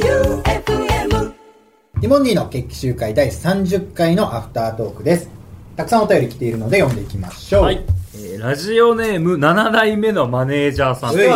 J-O-E-U-F-M ティモンディの決起集会第30回のアフタートークです。たくさんお便り来ているので読んでいきましょう。はい。えーラジオネーム7代目のマネージャーさん。うい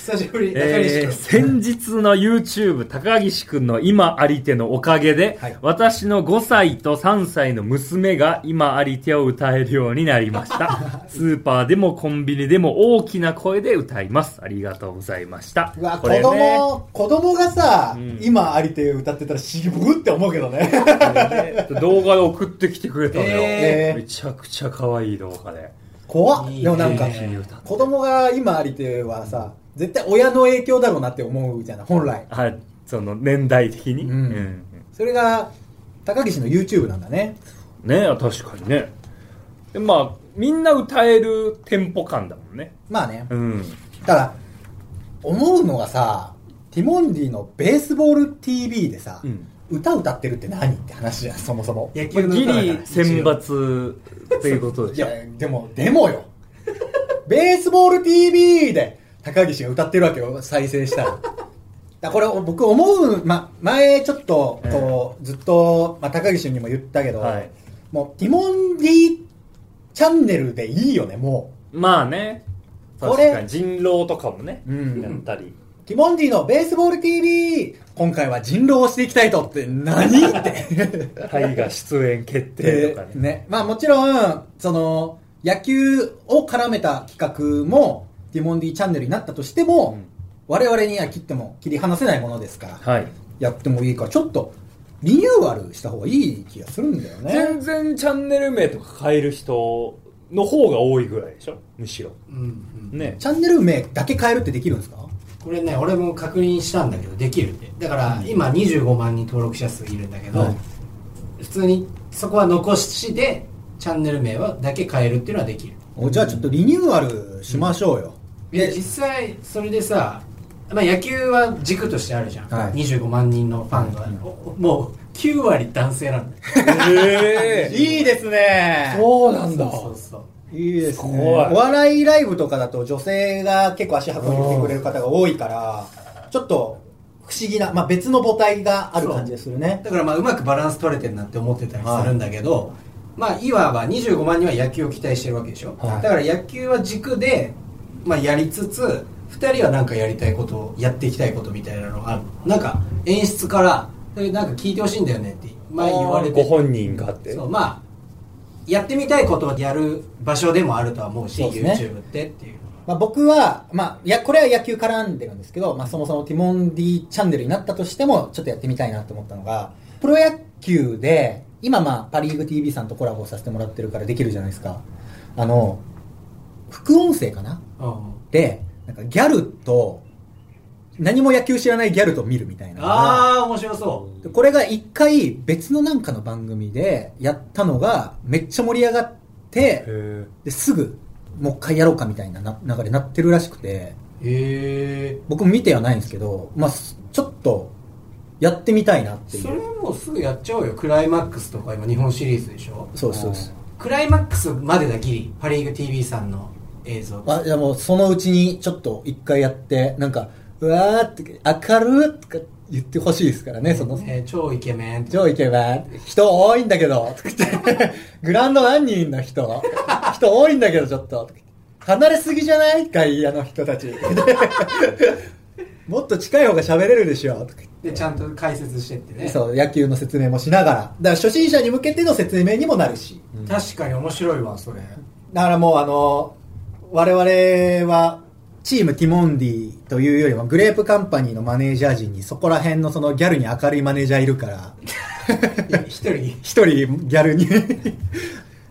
久しぶり、中西えー君。先日の YouTube 高岸くんの今ありてのおかげで、はい私の5歳と3歳の娘が今ありてを歌えるようになりました スーパーでもコンビニでも大きな声で歌いますありがとうございましたうわ、子これね供、子供がさ、うん今ありて歌ってたら渋くって思うけどね。これね動画で送ってきてくれたのよ、えーめちゃくちゃ可愛い動画で 怖っいいねでもなんか、一緒に歌って子供が今ありてはさ、絶対親の影響だろうなって思うじゃない、本来。はいその年代的に、うんうんそれが、高岸の YouTube なんだね。ねえ確かにねでまあみんな歌えるテンポ感だもんねまあね。うんただ、思うのがさ、ティモンディのベースボール TV でさ、うん歌歌ってるって何って話じゃん、そもそも。野球のギ歌だからリ選抜っていうことでいしょや、でも、でもよ。ベースボール TV で高岸が歌ってるわけよ、再生したら。 だこれ僕思う、ま、前ちょっとこう、ずっと、ま、高岸にも言ったけど、はいもうティモンディチャンネルでいいよねもまあねこ確れかに人狼とかもね、うんやったりうティモンディのベースボール TV 今回は人狼をしていきたいとって何って大河出演決定でとかねね、まあもちろん、その、野球を絡めた企画も、ティモンディチャンネルになったとしても、うん我々には切っても切り離せないものですから、はい、やってもいいから、ちょっと、リニューアルした方がいい気がするんだよね。全然チャンネル名とか変える人の方が多いぐらいでしょむしろうんう んねチャンネル名だけ変えるってできるんですかこれね、俺も確認したんだけど、できるって。だから、今25万人登録者数いるんだけど、はい普通にそこは残しで、チャンネル名はだけ変えるっていうのはできる。おじゃあちょっとリニューアルしましょうよ。で、実際、それでさ、まあ、野球は軸としてあるじゃん。はい25万人のファンが、おもう9割男性なんだよ。えいいですねそうなんだそうそう。いいですすごいね。お笑いライブとかだと女性が結構足運んできてくれる方が多いから、ちょっと不思議な、まあ、別の母体がある感じがするね。だからまあうまくバランス取れてるなって思ってたりするんだけど、まあいわば25万人は野球を期待してるわけでしょ、はいだから野球は軸で、まあ、やりつつ2人はなんかやりたいことをやっていきたいことみたいなのがあるなんか演出からそれなんか聞いてほしいんだよねって前言われてご本人があってそうまあやってみたいことをやる場所でもあるとは思うしそうですね YouTube ってっていうまあ、僕は、まあ、いや、これは野球絡んでるんですけど、まあ、そもそもティモンディチャンネルになったとしても、ちょっとやってみたいなと思ったのが、プロ野球で、今まあ、パリーグ TV さんとコラボさせてもらってるからできるじゃないですか。あの、副音声かなうんで、なんかギャルと、何も野球知らないギャルと見るみたいなのが。ああ面白そうでこれが一回別のなんかの番組でやったのがめっちゃ盛り上がって、へですぐもう一回やろうかみたいなな流れになってるらしくて、へえ僕も見てはないんですけど、まあ、すちょっとやってみたいなっていそれう。もうすぐやっちゃおうよクライマックスとか今日本シリーズでしょそうですそうですクライマックスまでだギリパ・リーグ TV さんの映像あ、じゃあもうそのうちにちょっと一回やって、なんか、うわーって、明るーとか言ってほしいですからね、その、ね超イケメンって上行けば、人多いんだけど、 とか言ってグラウンド何人いんの人、人多いんだけどちょっと、とか言って離れすぎじゃない外野の人たち。 もっと近い方が喋れるでしょ、とか言ってでちゃんと解説してってねそう、野球の説明もしながら。だから初心者に向けての説明にもなるし。確かに面白いわ それだからもうあの、我々は、チームティモンディというよりも、グレープカンパニーのマネージャー陣に、そこら辺のそのギャルに明るいマネージャーいるから、いや一人一人ギャルに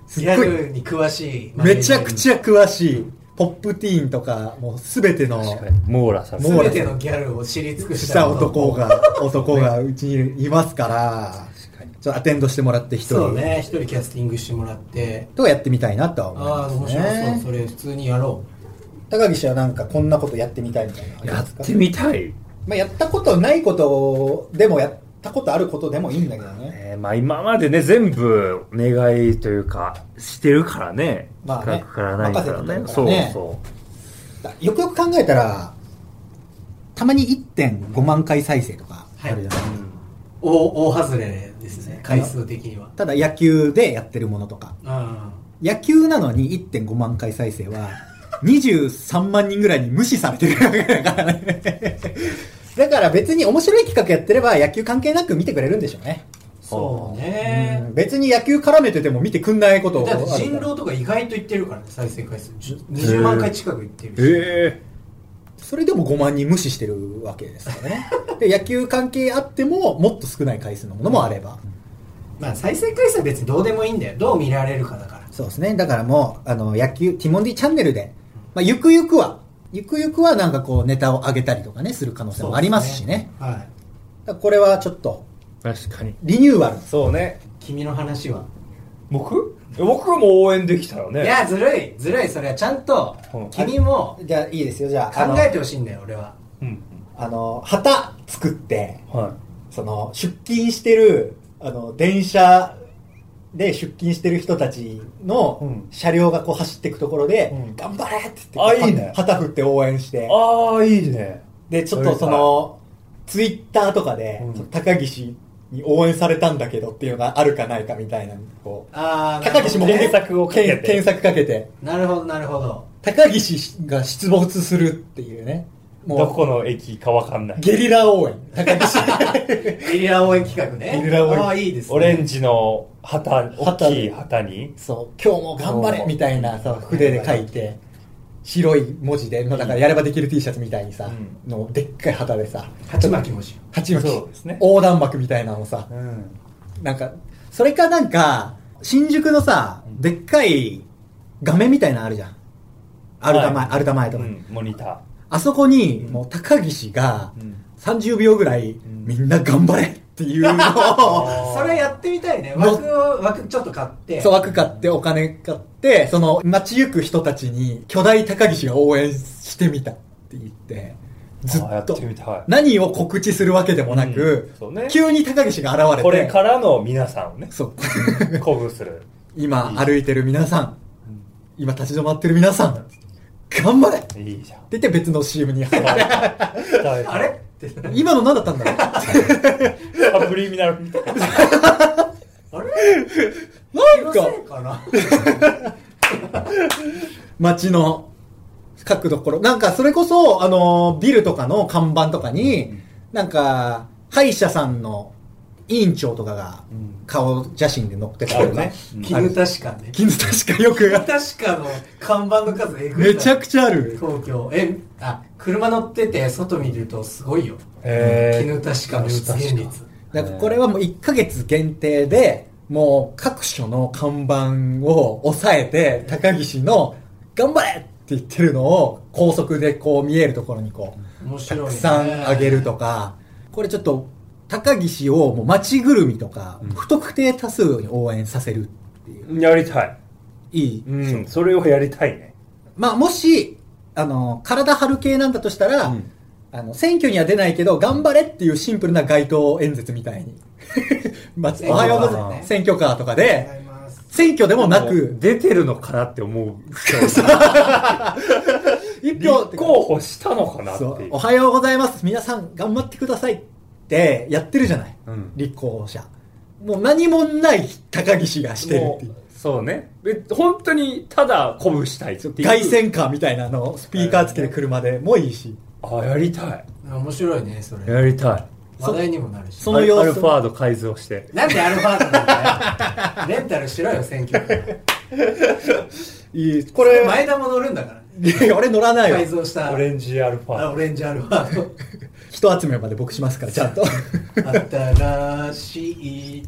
すギっャごいルに詳しいめちゃくちゃゃ詳しいポップティーンとかもう全ての確かに網羅されてる網羅全てのギャルを知り尽くししたた男が男がうちにいますから確かにちょっとアテンドしてもらって一人そうね一人キャスティングしてもらってとかやってみたいなとはああ思い面ます白ねそうそれ普通にやろう高岸はなんかこんなことやってみたいみたいなのありやますかってみたいまあ、やったことないことでもやったことあることでもいいんだけどねえーまあ今までね、全部お願いというか、してるからね。まあね企画からないからね。任せてそうるからねそだよくよく考えたらたまに1.5万回再生とかあはいるじゃないですか、大大外れですね回数的にはただ野球でやってるものとかあ野球なのに1.5万回再生 は23万人ぐらいに無視されてるわけだからねだから別に面白い企画やってれば野球関係なく見てくれるんでしょうね、あそうねうん別に野球絡めてても見てくんないことだってある人狼とか意外といってるからね再生回数じゅ20万回近くいってるしえそれでも5万人無視してるわけですからねで野球関係あってももっと少ない回数のものもあれば、まあ再生回数は別にどうでもいいんだよどう見られるかだからそうですねだからもうあの野球ティモンディチャンネルで、まあ、ゆくゆくはゆくゆくはなんかこうネタを上げたりとかねする可能性もありますしねそうですねはいだからこれはちょっと確かにリニューアルそうね君の話は僕僕も応援できたよいねやずるいずるいそれはちゃんとうん君もじゃあいいですよじゃああ考のえてほしいんだよ俺はうんあの旗作ってはその出勤してるあの電車で出勤してる人たちうのん車両がこう走っていくところで「うん頑張れ!」って言ってあいいね旗振って応援していああいいねでちょっとそのツイッターとかで、うんその高岸に応援されたんだけどっていうのがあるかないかみたいなこうああ高岸もなるほどね検索をかけて検検索かけてなるほどなるほど高岸が出没するっていうねもうどこの駅かわかんないゲリラ応援高岸 ゲリラ応援企画ねゲリラ応援ああいいですねオレンジの旗大旗きい旗にそう今日も頑張れみたいなさ筆で書いて白い文字で、まあだからやればできる T シャツみたいにさ、うのでっかい旗でさ鉢巻きもしよ鉢巻きそうですね横断幕みたいなのさうんなんかそれかなんか新宿のさうんでっかい画面みたいなのあるじゃんアルタ前、はいアルタ前とうか、んモニタあそこにうんもう高岸がーうん30秒ぐらい、んみんな頑張れっていう のをあーうそれやってみたいねの枠を枠ちょっと買ってそう、枠買って、お金買って、その、街行く人たちに、巨大高岸が応援してみたって言って、ずあーやっってと、みたい何を告知するわけでもなくうん、そうね急に高岸が現れて、これからの皆さんをねそう、鼓舞する今歩いてる皆さん、今立ち止まってる皆さん、頑張れっていいじゃん言って別の CM に入る。 あれって今の何だったんだろうアプリミナルみたいなあれなん気かの、せいかな街の各ところ。なんか、それこそ、あの、ビルとかの看板とかに、なんか、歯医者さんの委員長とかがうん、顔写真で載ってたありるとかね、絹確かね金確かよく、 確かの看板の数えぐめいなちゃくちゃある。東京えあ車乗ってて外見るとすごいよえ絹確かの出現絹率だからこれはもう1ヶ月限定で、もう各所の看板を押さえて、高岸の、頑張れって言ってるのを、高速でこう見えるところにこう、面た白い、ね、くさんあげるとか、これちょっと、高岸をもう街ぐるみとか、不特定多数に応援させるっていう。やりたいいい。うんそれをやりたいねまあ、もし、あの、体張る系なんだとしたら、うんあの、選挙には出ないけど、頑張れっていうシンプルな街頭演説みたいに。 まあおはようございます。選挙カーとかありがとうで、ございます選挙でもなもうく、出てるのかなって思う 一立票って候補したのかなってそうい、うおはようございます。皆さん頑張ってくださいってやってるじゃない。うん立候補者。もう何もない高岸がしてるっていうも。うそうねえ本当にただ鼓舞したいっていう凱旋カーみたいなのをスピーカーつけて車でもいいし、あやりたい面白いねそれやりたい話題にもなるしその様子アルアルファード改造してなんでアルファードなんだよレンタルしろよ選挙 区いい、ここれれ、前田も乗るんだからいや 俺乗らない改よ。造したオレンジアルファあーオレンジアルファード人集めまで僕します から、ちゃんと。新しい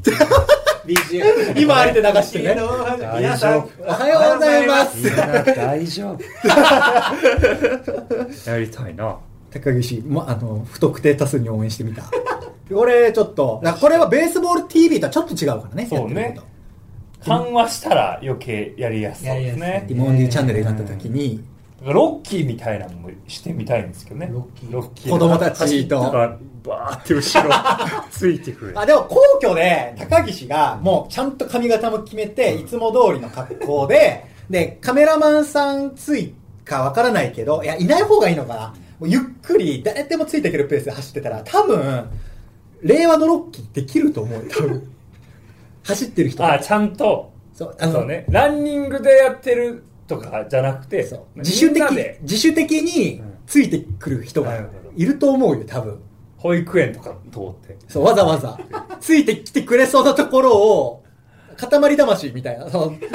BGM 今あえて流してね皆さんおはようございまドすいや大丈夫やりたいな高岸、ま、あの、不特定多数に応援してみた。これ、ちょっと、だからこれはベースボール TV とはちょっと違うからね。そうねやってること緩和したら余計やりやすそうですやりやすいねティモンディチャンネルになった時に、ロッキーみたいなのもしてみたいんですけどねロッキー子供たちと走ったらバーって後ろついてくるあ、でも皇居で高岸がもうちゃんと髪型も決めて、いつも通りの格好 で、で、カメラマンさんついかわからないけど、いや、いない方がいいのかな。もうゆっくり誰でもついていけるペースで走ってたら多分令和のロッキーできると思うよ多 分走ってる人 あ、ちゃんと。そうあのそうね。ランニングでやってるとかじゃなくてそう、自主みん的なで自主的についてくる人なるがほどいると思うよ多分保育園とか通って。そうわざわざ ついてきてくれそうなところを塊魂みたいなその行く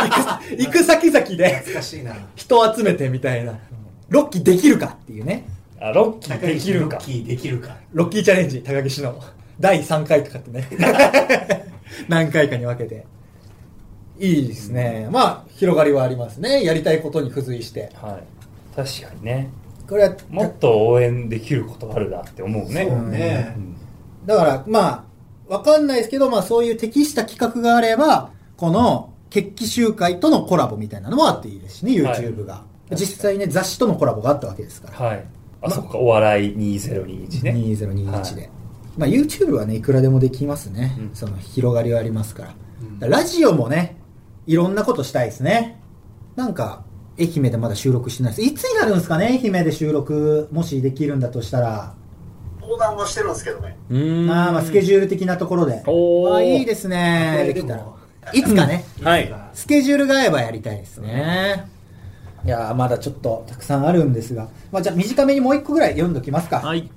行く先々で懐かしいな人を集めてみたいなロッキーできるかっていうねあ、ロッキーできるロかッ。キーできるかロッキーチャレンジ高岸の第3回とかってね 何回かに分けていいですね、まあ広がりはありますねやりたいことに付随してはい。確かにね。これはもっと応援できることあるなって思うね。そうねうんだから、まあ、わかんないですけど、まあそういう適した企画があれば、この、決起集会とのコラボみたいなのもあっていいですしね、はい YouTube が。実際ね、雑誌とのコラボがあったわけですから。はい。あ、そっか、お笑い2021ね。 2021で。はまあ YouTube はね、いくらでもできますね。うんその広がりはありますから。うんラジオもね、いろんなことしたいですね。なんか、愛媛でまだ収録してないです。いつになるんですかね、愛媛で収録、もしできるんだとしたら。横断はしてるんですけどね。うーんまあまあスケジュール的なところで。おーあいいですね。これでできもたら。いつかね、はい。スケジュールが合えばやりたいですね。いやーまだちょっとたくさんあるんですが、まあ、じゃあ短めにもう一個ぐらい読んどきますか。はい。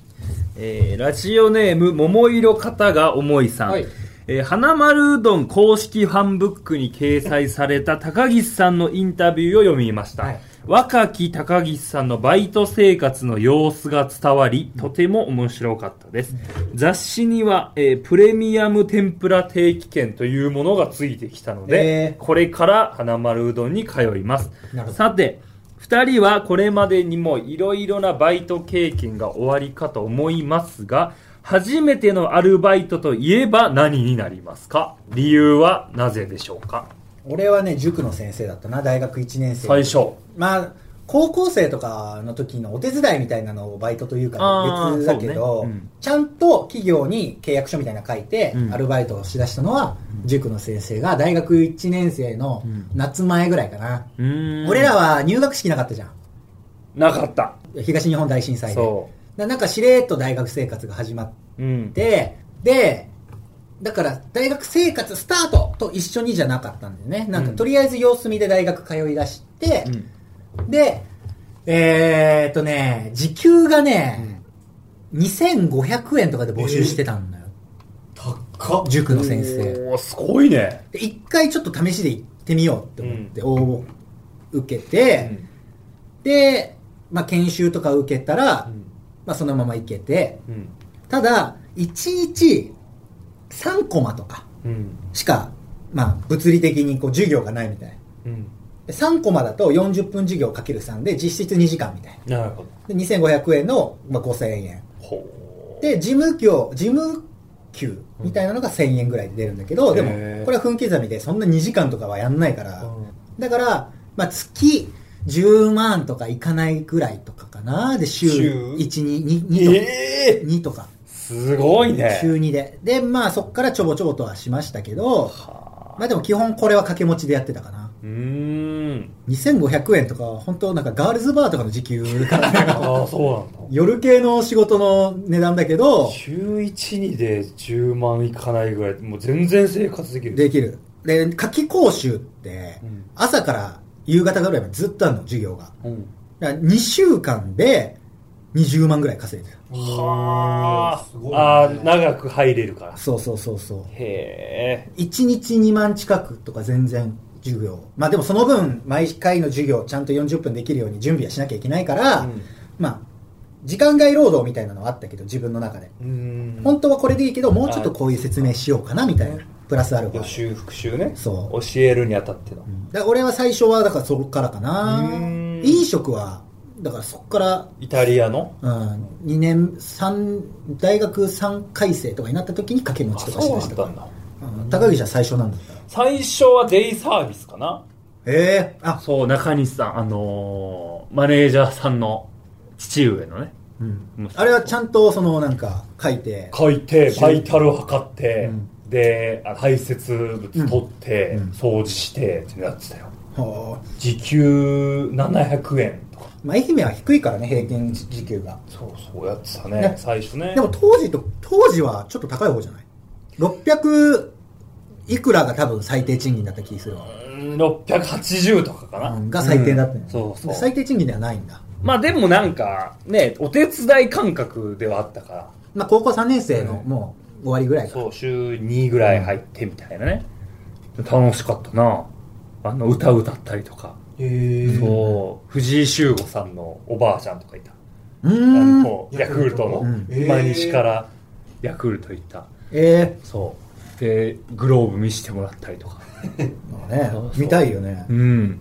えーラジオネーム、桃色肩が重いさん。はいえー花丸うどん公式ファンブックに掲載された高岸さんのインタビューを読みました。はい若き高岸さんのバイト生活の様子が伝わり、とても面白かったです。雑誌には、えープレミアム天ぷら定期券というものがついてきたのえで、ーこれから花丸うどんに通いますなるほどさて2人はこれまでにもいろいろなバイト経験がおありかと思いますが初めてのアルバイトといえば何になりますか理由はなぜでしょうか俺はね、塾の先生だったな、大学1年生。最初まあ、高校生とかの時のお手伝いみたいなのをバイトというかあー別だけど、そうねうんちゃんと企業に契約書みたいなの書いて、うんアルバイトをしだしたのは、塾の先生が大学1年生の夏前ぐらいかな。うーん俺らは入学式なかったじゃん。なかった東日本大震災で。そななんかしれーっと大学生活が始まっううんて、で、だから大学生活スタートと一緒にじゃなかったんだよね。なんかうんとりあえず様子見で大学通い出して、うんで、えー、っとね、時給がね、2500円とかで募集してたんだよ。高っ塾の先生。おーすごいねで、一回ちょっと試しで行ってみようって思って応募を受けて、で、まあ、研修とか受けたら、まあ、そのまま行けて、うんただ、1日3コマとかうんしか、まあ、物理的にこう授業がないみたい。うんで3コマだと40分授業かける3で実質2時間みたい。なるほどで2500円の、まあ、5000円。ほで、事務業、事務給みたいなのが1000円ぐらいで出るんだけど、でもへー、これは分刻みでそんな2時間とかはやんないかうら、うんだから、まあ、月10万とかいかないぐらいとかかな。で、週週1、2、2, ええ2とか。すごいね週2で。で、まあそっからちょぼちょぼとはしましたけど、はあまあでも基本これは掛け持ちでやってたかな。うーん2500円とかは本当なんかガールズバーとかの時給から ねああそうなんだ夜系の仕事の値段だけど、週12で10万いかないぐらいもう全然生活できるできる。で、夏季講習ってうん、朝から夕方ぐらいまでずっとあるの、授業が。うんだから2週間で20万ぐらい稼いでる。はすごいねあ、あー長く入れるからそうそうそうそう。へえ1日2万近くとか全然授業まあでもその分毎回の授業ちゃんと40分できるように準備はしなきゃいけないから、うんまあ時間外労働みたいなのはあったけど自分の中でうん本当はこれでいいけどもうちょっとこういう説明しようかなみたいなプラスアルフ予ァ習復習ねそう教えるにあたってのうんだから俺は最初はだからそこからかなうん飲食はだからそこからイタリアのうん、2年3大学3回生とかになった時に掛け持ちとかしましたかんだら、うん高岸は最初なんだった最初はデイサービスかなええあそう中西さんあのーマネージャーさんの父上のねうん、あれはちゃんとそのなんか書いて書いてバイタルを測って、うんであ排泄物取って、うんうん掃除してってやってたよは時給700円とかまあ、愛媛は低いからね平均時給がそうそうやってたねね最初ねでも当時と当時はちょっと高い方じゃない600いくらが多分最低賃金だった気するわ、うん680とかかな、うんが最低だったよねうんそうそう最低賃金ではないんだまあでもなんかねお手伝い感覚ではあったからまあ高校3年生のもう終わりぐらいか、そう週2ぐらい入ってみたいなね楽しかったなあの歌歌ったりとか、へーそう藤井修吾さんのおばあちゃんとかいた、うあーんのヤクルトのうん今西からヤクルト行ったえそうでグローブ見せてもらったりとかーまあねそうそう見たいよね、うん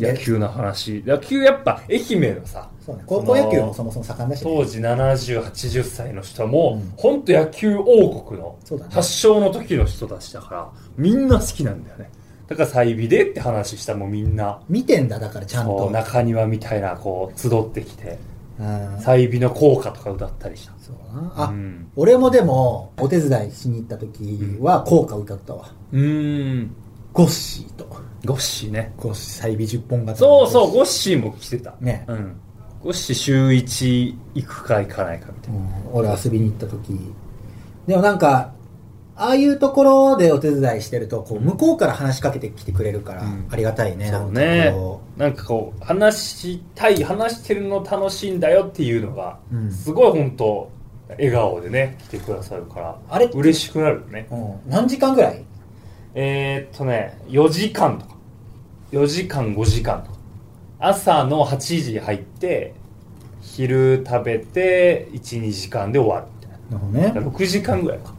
え野球の話野球やっぱ愛媛のさそうね高校野球もそもそも盛んだしね、当時7080歳の人も、うんほんと野球王国のそうだね発祥の時の人たちだからみんな好きなんだよねだから再美でって話したらもうみんな見てんだだからちゃんことう中庭みたいなこう集ってきてうん再美の効果とか歌ったりしたそうなあ、うん俺もでもお手伝いしに行った時は効果歌ったわ、うーんゴッシーとゴッシーねゴッシー再美10本型そうそううゴッシーも来てたねうんゴッシー週1行くか行かないかみたいな、ん俺遊びに行った時でもなんかああいうところでお手伝いしてるとこう向こうから話しかけてきてくれるからうんありがたいね、そなんうかねこなんかこう話したい話してるの楽しいんだよっていうのが、うんすごい本当笑顔でね来てくださるからあれ嬉しくなるよねううん、何時間ぐらいえー、っとね4時間とか4時間5時間とか朝の8時入って昼食べて12時間で終わるみたいなるなほどねだから6時間ぐらいか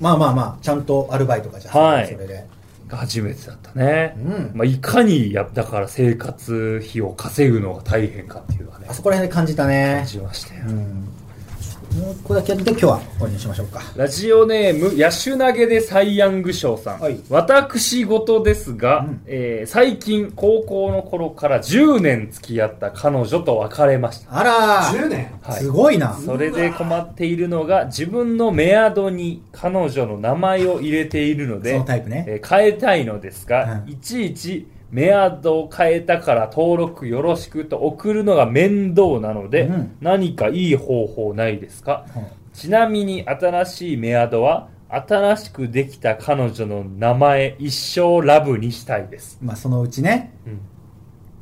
まあまあまあちゃんとアルバイトがじゃあはいそれでが初めてだったね、うんまあ、いかにやだから生活費を稼ぐのが大変かっていうのはねあそこら辺で感じたね感じましたよ、うんもう一個だけやって今日はこれにしましょうかラジオネーム、ヤシュ投げでサイヤング賞さん。はい私事ですが、うんえー最近、高校の頃から10年付き合った彼女と別れました。あらー10年はいすごいな。それで困っているのが、自分のメアドに彼女の名前を入れているのそでの、タイプね。えー変えたいのですが、うんいちいちメアドを変えたから登録よろしくと送るのが面倒なので、うん何かいい方法ないですか、うんちなみに新しいメアドは新しくできた彼女の名前一生ラブにしたいです、まあそのうちね、うん、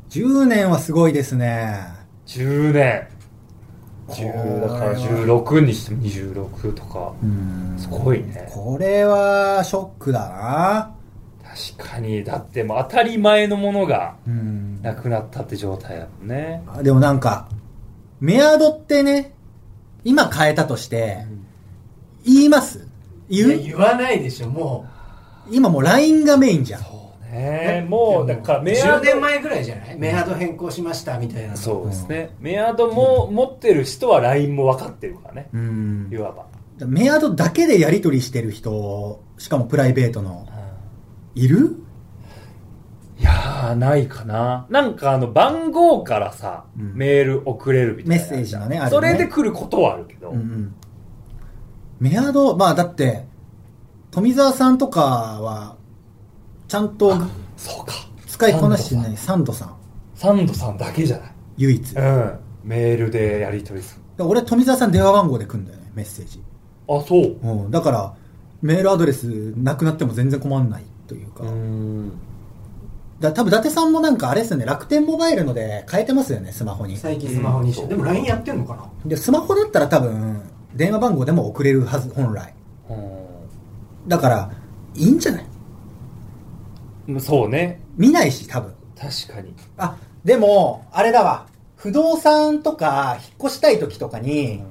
10年はすごいですね。 10年10だこれはから16にしても26とかうんすごいねこれはショックだな。確かにだってもう当たり前のものがうん。なくなったって状態だもんねでもなんか、メアドってね、今変えたとして、言います言ういや言わないでしょも今もう LINE がメインじゃん。そううねもうだからメア10年ド前ぐらいじゃないメアド変更しましたみたいなそうですね、メアドも持ってる人は LINE も分かってるからねうんい。わば、メアドだけでやり取りしてる人、しかもプライベートの、いるいやー、ないかな。なんかあの、番号からさ、うんメール送れるみたいメな。ッセージのねあるねそれで来ることはあるけど。うんうん、メアドまあだって富澤さんとかはちゃんとそうか。使いこなしてないサンドさんサンドさんだけじゃない。唯一うん。メールでやり取りする。俺富澤さん電話番号で来るんだよねメッセージ、あ、そう。うん、だからメールアドレスなくなっても全然困んないというか,、ん。だ多分伊達さんもなんかあれですよね楽天モバイルので変えてますよねスマホに最近スマホにして、うんでも LINE やってんのかなでスマホだったら多分電話番号でも送れるはず本来だからいいんじゃないうんそうね。見ないし多分確かに。あ、でも、あれだわ。不動産とか、引っ越したい時とかに、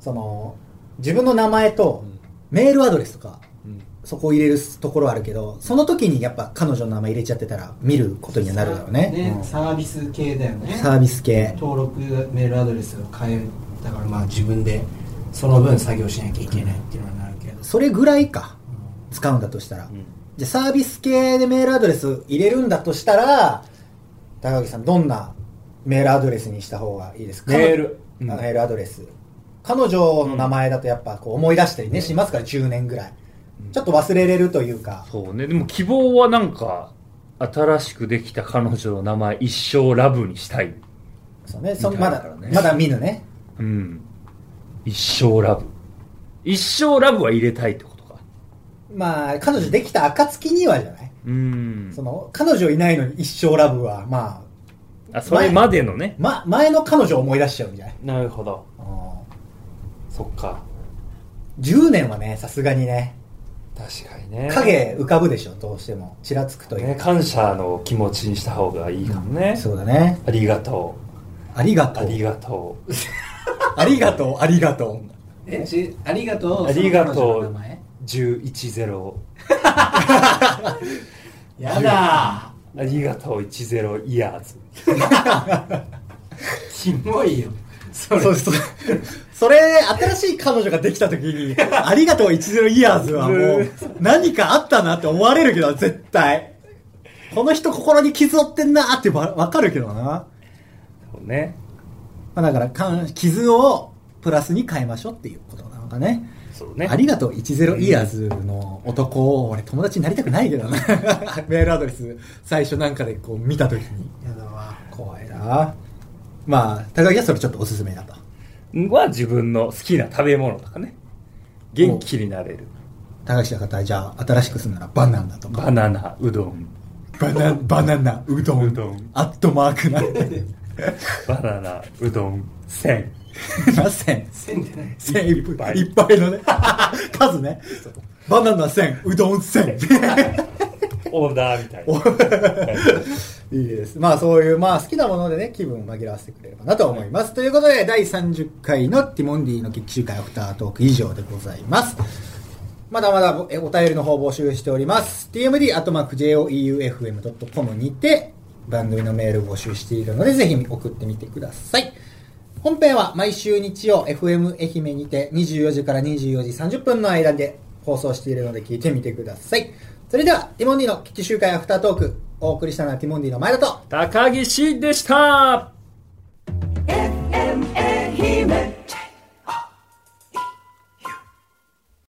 その、自分の名前とうん、メールアドレスとか、うんそこを入れるところあるけど、その時にやっぱ彼女の名前入れちゃってたら、見ることにはなるだろうね。うんサービス系だよねサービス系。登録メールアドレスを変えるだからまあ自分でその分作業しなきゃいけないっていうのはなるけど、それぐらいか。使うんだとしたら。うんじゃあサービス系でメールアドレス入れるんだとしたら、高木さん、どんなメールアドレスにした方がいいですかメールうんあメールアドレス。彼女の名前だとやっぱこう思い出したりね、しますから、10年ぐらい。ちょっと忘れれるというか、そうね。でも希望はなんか、新しくできた彼女の名前一生ラブにしたい。そうね、そ見たまいかだらね、まだ見ぬね。うん。一生ラブ。一生ラブは入れたいってことか。まあ、彼女できた暁にはじゃないうんそ。の、彼女いないのに一生ラブは、まあ、あ、それまでのね。ま、前の彼女を思い出しちゃうんじゃないなるほど。うんそっか。 10年はね、さすがにね、確かにね影浮かぶでしょ、どうしても。ちらつくというね、か。感謝の気持ちにした方がいいかもね。そうだね。ありがとありがう。とあう。りがとう。ありがとう、ありがとう。えちありがとうありがとうその彼女の名前1010。やだありがとう10イヤーズ。 キモいよそれそうそう。それ、新しい彼女ができた時に、ありがとう10イヤーズはもう、何かあったなって思われるけど、絶対。この人心に傷負ってんなってわわかるけどな。まそうね。あだからかん、傷をプラスに変えましょうっていうことなのかね。そうね。ありがとう10イヤーズの男を、俺友達になりたくない けどな。メールアドレス、最初なんかでこう見た時に。やだわ怖いなまあ、高木はそれちょっとおすすめだと。は自分の好きな食べ物とかね。元気になれる。高橋の方はじゃあ新しくするならバナナとかバナナ、うどん。バナバナナうどんうどんアットマークな バナナ、うど ん、せん。な千線ってない千いっぱぱいいいっぱいのね 数ねバナナ千うどん 千オーダーみたいおな。いいですまあそういうまあ好きなものでね気分を紛らわせてくれればなと思います、ということで第30回のティモンディの劇集会アフタートーク以上でございますまだまだおえお便りの方募集しております。tmd.joeufm.com にて番組のメールを募集しているので、ぜひ送ってみてください。本編は毎週日曜 FM 愛媛にて24時から24時30分の間で放送しているので聞いてみてください。それでは、ティモンディの基地集会アフタートーク、お送りしたのはティモンディの前田と、高岸でした